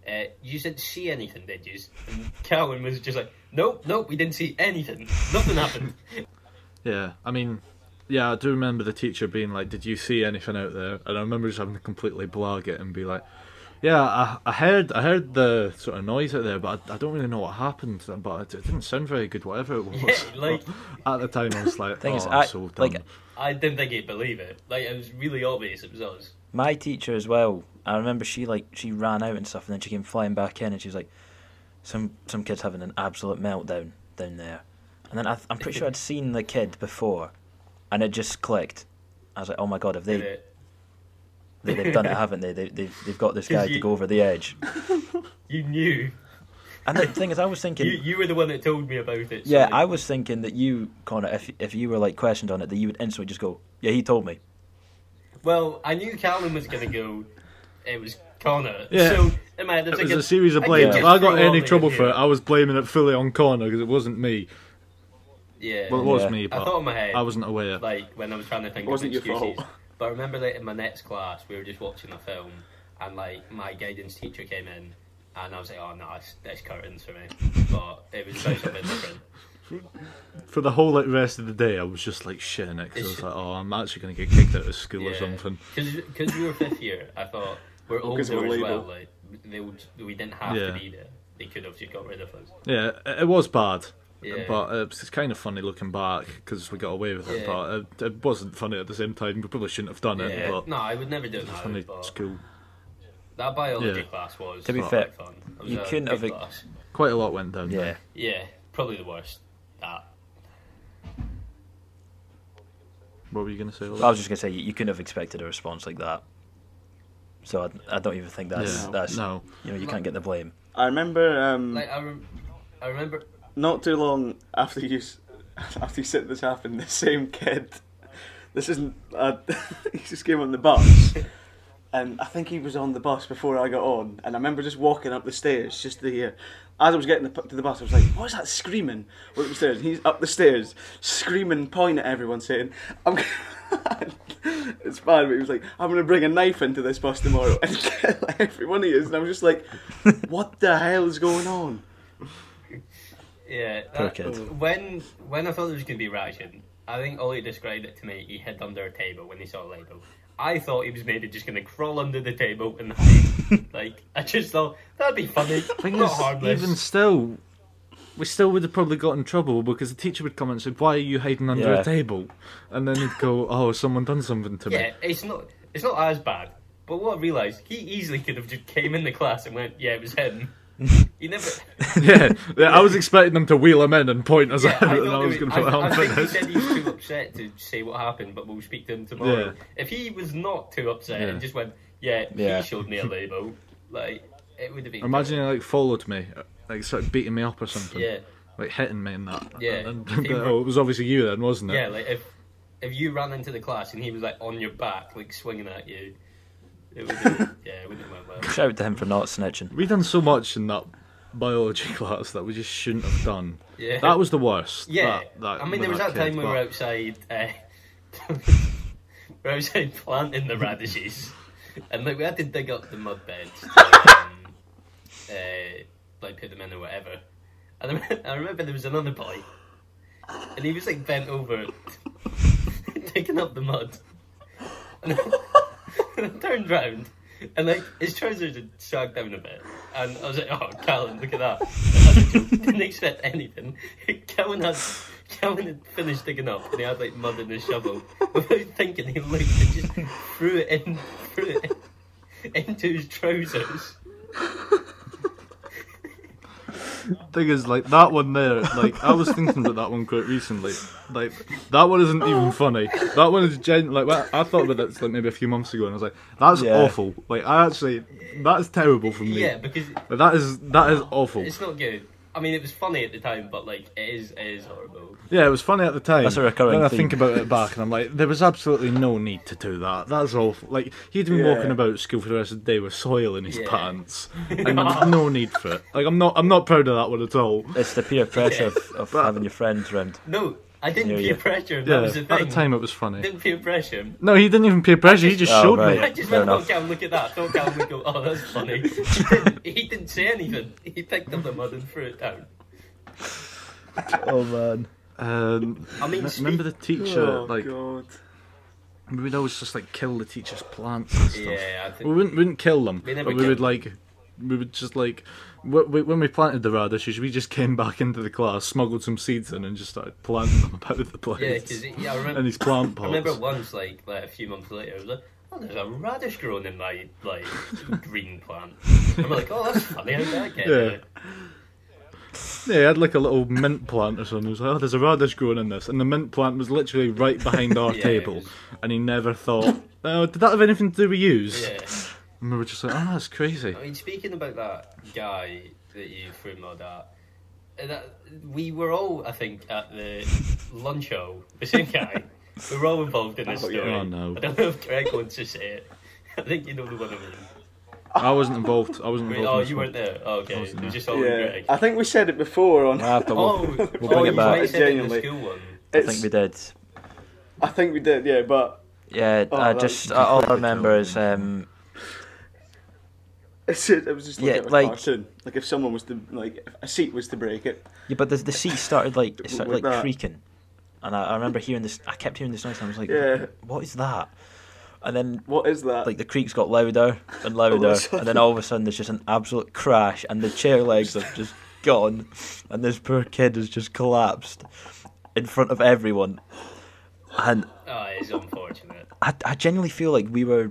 Uh, you didn't see anything, did you? And Cowan was just like, "Nope, nope, we didn't see anything. Nothing happened." Yeah, I mean, yeah, I do remember the teacher being like, "Did you see anything out there?" And I remember just having to completely blag it and be like, "Yeah, I, I heard, I heard the sort of noise out there, but I, I don't really know what happened. But it, it didn't sound very good, whatever it was." Yeah, like- at the time, I was like, Thing "Oh, is, I'm I- so done." like- I didn't think he'd believe it. Like it was really obvious it was us. My teacher as well. I remember she like she ran out and stuff, and then she came flying back in, and she was like, "Some some kids having an absolute meltdown down there." And then I, th- I'm pretty sure I'd seen the kid before, and it just clicked. I was like, "Oh my god, have Did they, it? they they've done it, haven't they? they they've they've got this 'Cause guy you- to go over the edge." You knew. And the thing is, I was You, thinking, you were the one that told me about it. so yeah, like- I was thinking that you, Connor, if if you were like questioned on it, that you would instantly just go, "Yeah, he told me." Well, I knew Callum was gonna go. It was Connor. Yeah. So in my head, I it was thinking, a series of I blame. did If I got throw any up trouble here. for it, I was blaming it fully on Connor because it wasn't me. Yeah. Well, it was Yeah. me, I but thought in my head, I wasn't aware. like when I was trying to think It wasn't of your excuses. fault. But I remember that in my next class, we were just watching a film, and like my guidance teacher came in, and I was like, "Oh no, that's, that's curtains for me." But it was about something different. For the whole like rest of the day, I was just like shitting it because I was like, oh, I'm actually going to get kicked out of school or something. Because we were fifth year, I thought we're older Oh, 'cause we're as well. labelled. Like they would, we didn't have Yeah. to read it. They could have just got rid of us. Yeah, it it was bad. Yeah. But uh, it's kind of funny looking back because we got away with it, Yeah. but it, it wasn't funny at the same time. We probably shouldn't have done it, yeah. but No, I would never do it now. funny but school. that biology Yeah. class was To be quite fair, fun. It was you a couldn't good have ex- class. Quite a lot went down. Yeah. there. Yeah, probably the worst. That. What were you going to say? I Ollie? was just gonna say you, you couldn't have expected a response like that. So I, I don't even think that's Yeah. that's No. you know you can't get the blame. I remember um, Like I, rem- I remember. not too long after you s- after you said this happened, the same kid. This isn't. Uh, he just came on the bus, and I think he was on the bus before I got on. And I remember just walking up the stairs just to hear. As I was getting the, to the bus, I was like, "What is that screaming?" We're up the stairs. He's up the stairs, screaming, pointing at everyone, saying, "I'm." gonna-" it's bad, but he was like, "I'm going to bring a knife into this bus tomorrow," and kill every one of you. And I was just like, "What the hell is going on?" Yeah. Poor That, kid. When when I thought there was gonna be ration, I think Ollie described it to me. He hid under a table when he saw a label. I thought he was maybe just gonna crawl under the table and hide. like I just thought that'd be funny, thing not is, harmless. even still, we still would have probably got in trouble because the teacher would come and say, "Why are you hiding under Yeah. a table?" And then he'd go, "Oh, someone done something to me." Yeah, it's not it's not as bad. But what I realised, he easily could have just came in the class and went, "Yeah, it was him." he never. yeah, yeah, I was expecting them to wheel him in and point us Yeah, out, I, and I thought was he going was- to put I, on I think he fitness. said he's too upset to say what happened, but we'll speak to him tomorrow. Yeah. If he was not too upset Yeah. and just went, "Yeah, Yeah. he showed me a label," like it would have been. Imagine he like followed me, like sort of beating me up or something, Yeah, like hitting me and that. Yeah. And then- oh, it was obviously you then, wasn't it? yeah. Like if if you ran into the class and he was like on your back, like swinging at you, it would. have Yeah, it wouldn't have went well. Shout out to him for not snitching. We done so much in that biology class that we just shouldn't have done. Yeah. That was the worst. Yeah, that- that- I mean, there with was that, kid, time we but- were outside, uh, we were outside planting the radishes, and like we had to dig up the mud beds, to, um, uh, like put them in or whatever. And I, rem- I remember there was another boy, and he was like bent over, picking up the mud, and I, and I turned round. And like his trousers had sagged down a bit, and I was like, "Oh, Callan, look at that!" As a joke, didn't expect anything. Callan had Callan had finished digging up, and he had like mud in his shovel. Without thinking, he looked and just threw it in, threw it in, into his trousers. thing is, like that one there, like I was thinking about that one quite recently. Like that one isn't even funny. That one is gen like well, I thought about this like maybe a few months ago, and I was like, that's Yeah. awful. Like I actually, that's terrible from me. Yeah, because Like, that is that is awful. it's not good. I mean, it was funny at the time, but like it is, it is horrible. Yeah, it was funny at the time. That's a recurring Then I theme. think about it back, and I'm like, there was absolutely no need to do that. That's awful. Like he'd been Yeah. walking about school for the rest of the day with soil in his Yeah. pants, and no need for it. Like I'm not, I'm not proud of that one at all. It's the peer pressure of, of having your friends round. No, I didn't Yeah, peer yeah. pressure. That Yeah, was the at the thing. time it was funny. I didn't peer pressure. No, he didn't even peer pressure. He just Oh, showed right. me. I just Fair went, oh, enough. Cam, look at that. Thought Cam would go, oh, that's funny. He didn't, he didn't say anything. He picked up the mud and threw it down. Oh man. Um, I mean, me- speak- remember the teacher? oh like God. we would always just like kill the teacher's plants and stuff. Yeah, I We think. wouldn't wouldn't kill them, We never but we killed would like we would just like wh- wh- when we planted the radishes, we just came back into the class, smuggled some seeds in, and just started planting them about the place. Yeah, because yeah, I and remember, these plant I pots. remember once, like, like a few months later, I was like, oh, there's a radish growing in my, like, green plant. I'm like, oh, that's funny. How did that get Yeah. there? Yeah, I had like a little mint plant or something. It was like, oh, there's a radish growing in this, and the mint plant was literally right behind our Yeah, it table, was- and he never thought. Oh, did that have anything to do with use? Yeah. And we were just like, oh, that's crazy. I mean, speaking about that guy that you threw mud at, uh, that, we were all, I think, at the lunch show, the same guy. we were all involved in this Oh, yeah. story. Oh, no. I don't know if Greg wants to say it. I think you know the one I mean. I wasn't involved. I wasn't Wait, involved. oh, in this you one. weren't there. Oh, okay, it was just all Yeah, Greg. I think we said it before on. Ah, but Oh, we'll, oh, we'll bring you it back. might have said it in the Genuinely. school one. I It's- think we did. I think we did, yeah, but Yeah, Oh, I that just was I- all I completely terrible. remember is um, It's just, it was just like, Yeah, a like- cartoon. Like if someone was to like if a seat was to break it. yeah, but the the seat started like it started Like like that. creaking, and I, I remember hearing this. I kept hearing this noise. And I was like, Yeah. "What is that?" And then What is that? like the creaks got louder and louder, and then all of a sudden there's just an absolute crash, and the chair legs have just gone, and this poor kid has just collapsed in front of everyone. And Oh, it's unfortunate. I, I genuinely feel like we were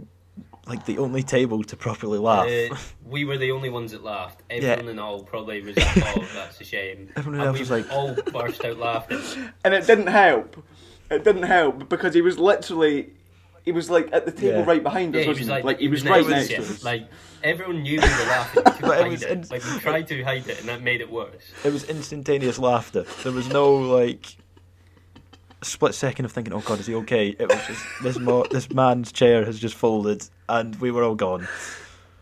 like the only table to properly laugh. Uh, we were the only ones that laughed. Ah. Yeah. Everyone and all probably was like, "Oh, that's a shame." Everyone and else we was like- all burst out laughing. and it didn't help. It didn't help because he was literally, he was like at the table Yeah. right behind us, Yeah, he wasn't was like, he was right next yeah. to us. Like everyone knew we were laughing. We couldn't But it hide was it. ins- Like we tried to hide it, and that made it worse. It was instantaneous laughter. There was no like split second of thinking, "Oh God, is he okay?" It was just this mo- this man's chair has just folded, and we were all gone.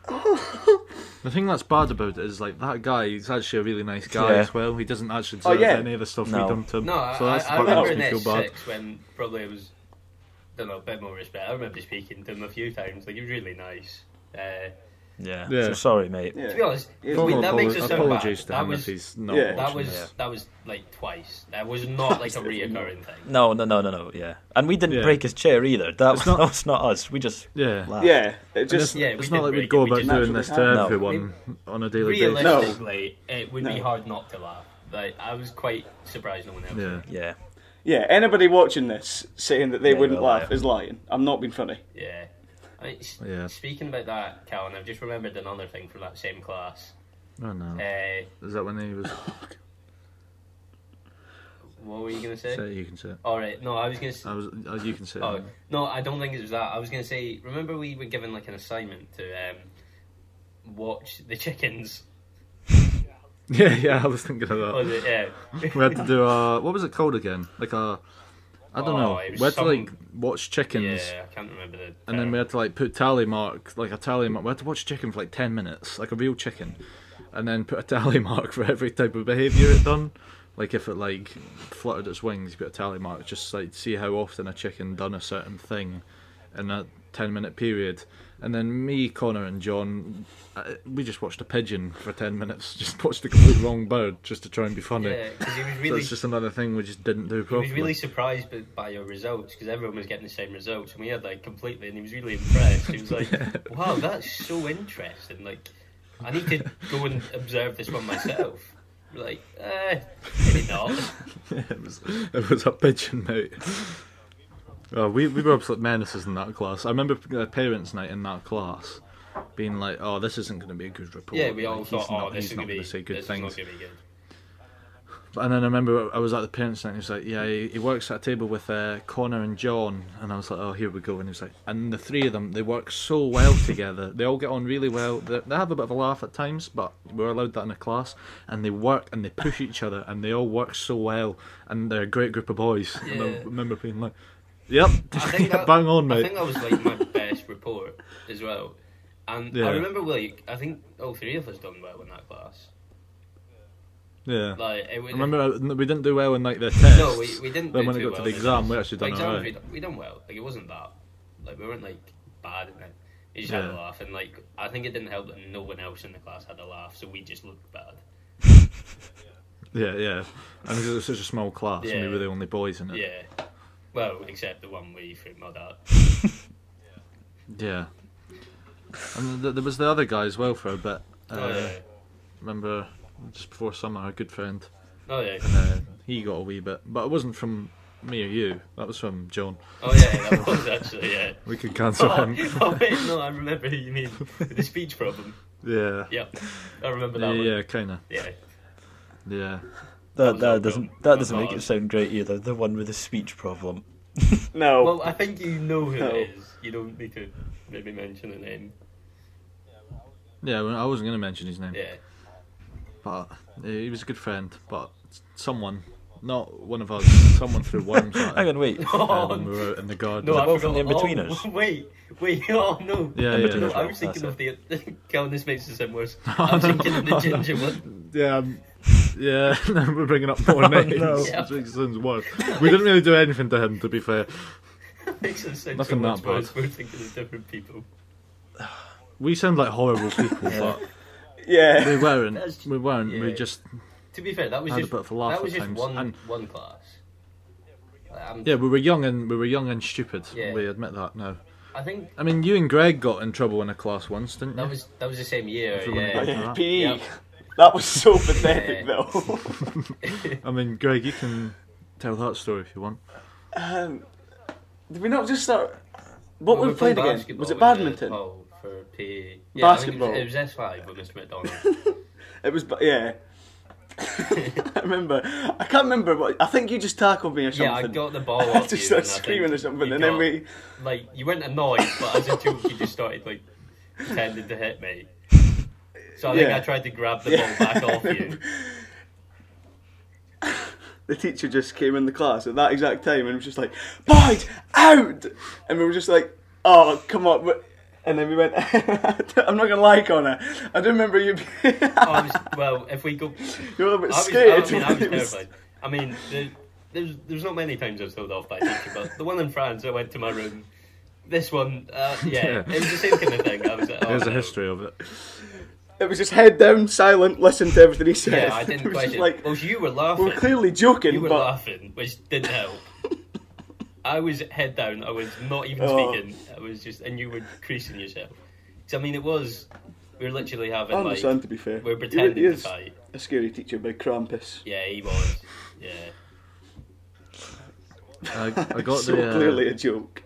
The thing that's bad about it is like that guy. He's actually a really nice guy Yeah. as well. He doesn't actually Oh, deserve yeah. any of the stuff No. we dumped him. No, I so I, that's I part that remember makes in me feel bad. S6 when probably it was, don't know, a bit more respect. I remember speaking to him a few times. Like he was really nice. Uh, Yeah. Yeah. So sorry, mate. yeah. to be honest, Yeah. we, Formal that makes apolo- us sound bad. apologies to That him was if he's not Yeah. that watching was this. that was like twice. That was not like a reoccurring thing. No, no, no, no, no. Yeah, and we didn't Yeah. break his chair either. That was, It's not- that was not us. We just Yeah. laughed. yeah, it And it's just Yeah, we it's not did like break we'd it, go we about just doing this to naturally had- No. everyone on a daily basis. Realistically, it would be No. hard not to laugh. Like I was quite surprised no one else. Yeah. Yeah. yeah. Anybody watching this saying that they Yeah, wouldn't they're laugh lying. is lying. I'm not being funny. Yeah. I mean, s- Yeah. Speaking about that, Callan, I've just remembered another thing from that same class. Oh no. Uh, Is that when he was? what were you gonna say? Say it, you can say. it. All right. No, I was gonna. Say, I was. uh, You can say. it. oh, no, I don't think it was that. I was gonna say. Remember, we were given like an assignment to um, watch the chickens. Yeah, yeah. I was thinking of that. Was it? Yeah. We had to do a what was it called again? Like a I don't Oh, know. it was We had to some- like watch chickens, yeah. I can't remember the. and then we had to like put tally mark like a tally mark. We had to watch chicken for like ten minutes, like a real chicken, and then put a tally mark for every type of behaviour it done. Like if it like fluttered its wings, you put a tally mark just like see how often a chicken done a certain thing in a ten minute period. And then me, Connor, and John, uh, we just watched a pigeon for ten minutes. Just watched the complete wrong bird just to try and be funny. Yeah, because he was So really it's just another thing we just didn't do He properly. was really surprised by, by your results because everyone was getting the same results, and we had like completely, and he was really impressed. He was like, "Wow, that's so interesting! Like, I need to go and observe this one myself." We're Like, eh, maybe not. it, was, it was a pigeon, mate. Oh, we, we were absolute menaces in that class. I remember uh, parents' night in that class being like, "Oh, this isn't going to be a good report." Yeah, we all Like, thought, he's "Oh, not, this he's is not gonna be gonna say this good is not things." gonna be good." And then I remember I was at the parents' night and he was like, Yeah, he, he works at a table with uh, Connor and John. And I was like, Oh, here we go. And he was like, And the three of them, they work so well together. They all get on really well. They, they have a bit of a laugh at times, but we're allowed that in a class. And they work and they push each other and they all work so well. And they're a great group of boys. And I Yeah. remember being like, Yep, I think that, bang on, I mate. think that was like my best report as well. And Yeah. I remember, like, I think all three of us done well in that class. Yeah. Like, it was, I remember uh, we didn't do well in like the tests. No, we, we didn't. Then do when it too got well to the in exam, we class. actually The done exams, alright. we, we done well. Like it wasn't that. Like we weren't like bad in it. We just had a Yeah. laugh, and like I think it didn't help that no one else in the class had a laugh, so we just looked bad. Yeah, yeah. And because it was such a small class and Yeah. we were the only boys in it. Yeah. Well, except the one we threw mud at. Yeah. And th- there was the other guy as well for a bit. Uh, Oh yeah. Remember, just before summer, our good friend, Oh yeah. uh, he got a wee bit, but it wasn't from me or you. That was from John. Oh yeah. That was actually yeah. We could cancel Oh, him. oh, wait, no, I remember who you mean. The speech problem. Yeah. Yep. I remember Yeah, that one. yeah, kind of. Yeah. Yeah. That was that all doesn't good. that doesn't make Not it us. sound great either. The one with the speech problem. No, Well, I think you know who No. it is. You don't need to maybe mention a name. Yeah, well, I wasn't going to mention his name, Yeah. but uh, he was a good friend. But someone, not one of us, someone threw worms at Hang him on, wait. uh, when we were out in the garden. No, that I from forgot. In Between oh, Us? Wait, wait. Oh no. Yeah, In yeah. Between No, Us. I was That's thinking of the. Calvin, this makes it sound worse. I was thinking of the ginger one. Yeah, um, yeah. we're bringing up more names. no. which makes things worse. We didn't really do anything to him, to be fair. Makes it sound Nothing so much that bad. worse. We're thinking of different people. We sound like horrible people, but we Yeah. weren't. That's- We weren't. We yeah. just To be fair, that was I had a just bit of a laugh that was at just times, one and- one class. Um, Like, I'm- yeah, we were young and we were young and stupid. Yeah. We admit that now. I think I mean, you and Greg got in trouble in a class once, didn't you? that was that was the same year. Everyone Yeah, agreed. Yeah, PE. Yeah. E. That was so pathetic, though. I mean, Greg, you can tell that story if you want. Um, did we not just start? What Well, were we playing again? basketball Oh. Was it in the badminton? hall for PE. Yeah, I think Basketball. It was, it was S5 with Mr. McDonald. It was, ba- yeah. I remember. I can't remember. What, I think you just tackled me or something. yeah, I got the ball I off you. just started and I think screaming or something, you and got- then we. Like, you weren't annoyed, but as a joke, you just started, like, pretending to hit me. So I think Yeah. I tried to grab the Yeah. ball back off you. The teacher just came in the class at that exact time and was just like, "Boyd, out!" And we were just like, "Oh, come on!" we- And then we went. I'm not gonna lie, Connor. I do remember you. being- Oh, I was, well, if we go, you were a bit Oh, I was, scared. I mean, I was It was- terrified. I mean, the, there's there's not many times I was told off by a teacher, but the one in France, I went to my room. This one, uh, yeah, Yeah. it was the same kind of thing. I was like, oh, There's a no. history of it. It was just head down, silent, listen to everything he said. Yeah, I It didn't was just question. like well, you were we laughing. were clearly joking, you were but laughing, which didn't help. I was head down. I was not even Oh. speaking. I was just, and you were creasing yourself. 'Cause, I mean, it was. We were literally having I like understand. to be fair, we He were wa- pretending he to is fight. A scary teacher by Krampus. Yeah, he was. Yeah. I, I got so the uh, clearly a joke.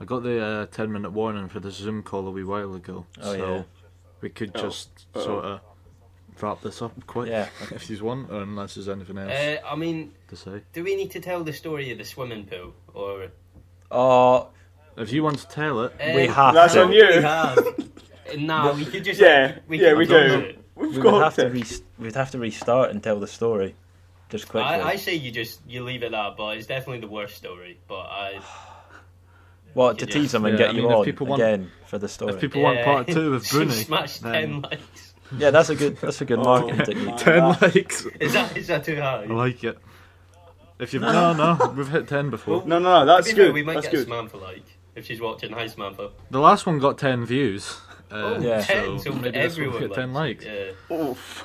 I got the uh, ten minute warning for the Zoom call a wee while ago, Oh, so yeah. we could Oh. just Uh-oh. sort of wrap this up quick. Yeah. If you want, or unless there's anything else Uh, I mean, to say. do we need to tell the story of the swimming pool, or Oh, If you want to tell it, Uh, we have That's to. on you. We have. nah, we could just Yeah, we yeah, could we just- do. We've We would got have to to. re- we'd have to restart and tell the story, just quickly. I, I say you just you leave it up, but it's definitely the worst story. But I well, to Yeah. tease them and Yeah, get I you mean, if on people want- again for the story. if people yeah. want part two with So Bruni, smash ten then likes. Yeah, that's a good that's a good Oh, marketing yeah. technique. ten Ah. likes. Is that is that too high? I like it. If you've no, no, we've hit ten before. Well, No, To no, no, be that's fair, good. we might That's get good. Samantha like if she's watching. Hi Samantha. The last one got ten views. Uh, Oh, Yeah. 10, so, maybe this one everyone will get ten likes. likes. Yeah, Oof.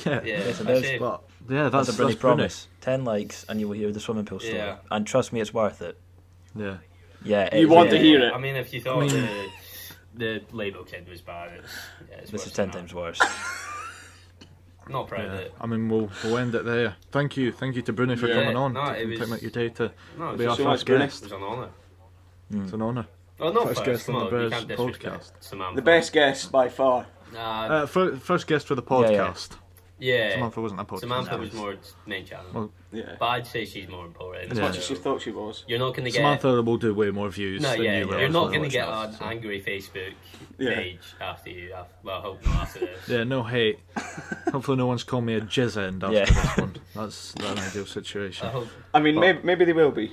yeah. yeah. Yes, it I is, say- But yeah, that's, That's, a British that's promise. Ten likes and you will hear the swimming pool story. Yeah. And trust me, it's worth it. Yeah. Yeah, it You is want really to hear worth it. I mean, if you thought I mean- the the label kid was bad, it's, yeah, it's it. This worse is ten than times worse. that. Not proud of Yeah, it. I mean, we'll, we'll end it there. Thank you, thank you to Bruni for Yeah, coming on, no, it taking was- time out your day to No, it's be our just- first so much, Bruni. it guest. was an honour. It's an honour. Oh, not First first, guest come on on, the you Bears can't disrespect Samantha. The best guest by far. Nah, Uh, fir- first guest for the Yeah, yeah. podcast. yeah. Samantha wasn't a podcast. Samantha guest. was more main channel. Well, Yeah. but I'd say she's more important. As As Yeah. much as she thought she was. You're not going to get. Samantha will do way more views. No, than yeah, you will you're as not well, going to which get is- an angry Facebook Yeah. page after you. af well, I hope not after this. Yeah, no hate. Hopefully, no one's called me a jizz end after Yeah. this one. That's that's an ideal situation. I hope. I mean, But- maybe, maybe they will be.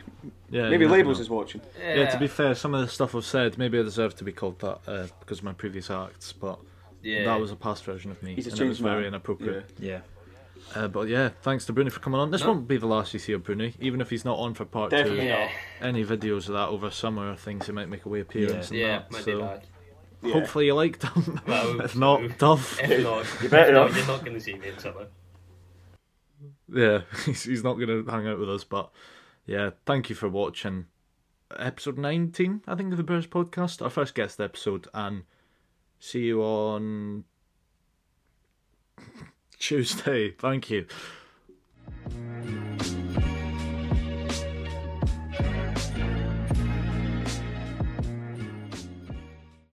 Yeah, Maybe you never Labels know. is watching. Yeah, Yeah, to be fair, some of the stuff I've said, maybe I deserve to be called that uh, because of my previous acts, but yeah. that was a past version of me, He's a and it changed was very man. inappropriate. Yeah. Uh, but yeah, thanks to Bruni for coming on. This No. won't be the last you see of Bruni, even if he's not on for part Definitely two. Yeah, Any videos of that over summer or things, he might make a wee appearance. Yeah. in yeah, that, might be so back. Yeah. hopefully you liked them. Well, if not, tough. If not, you better if not, not. you're not going to see me in summer. Yeah, he's, he's not going to hang out with us, but yeah, thank you for watching episode 19, I think, of the Bears podcast, our first guest episode, and see you on Tuesday. Thank you.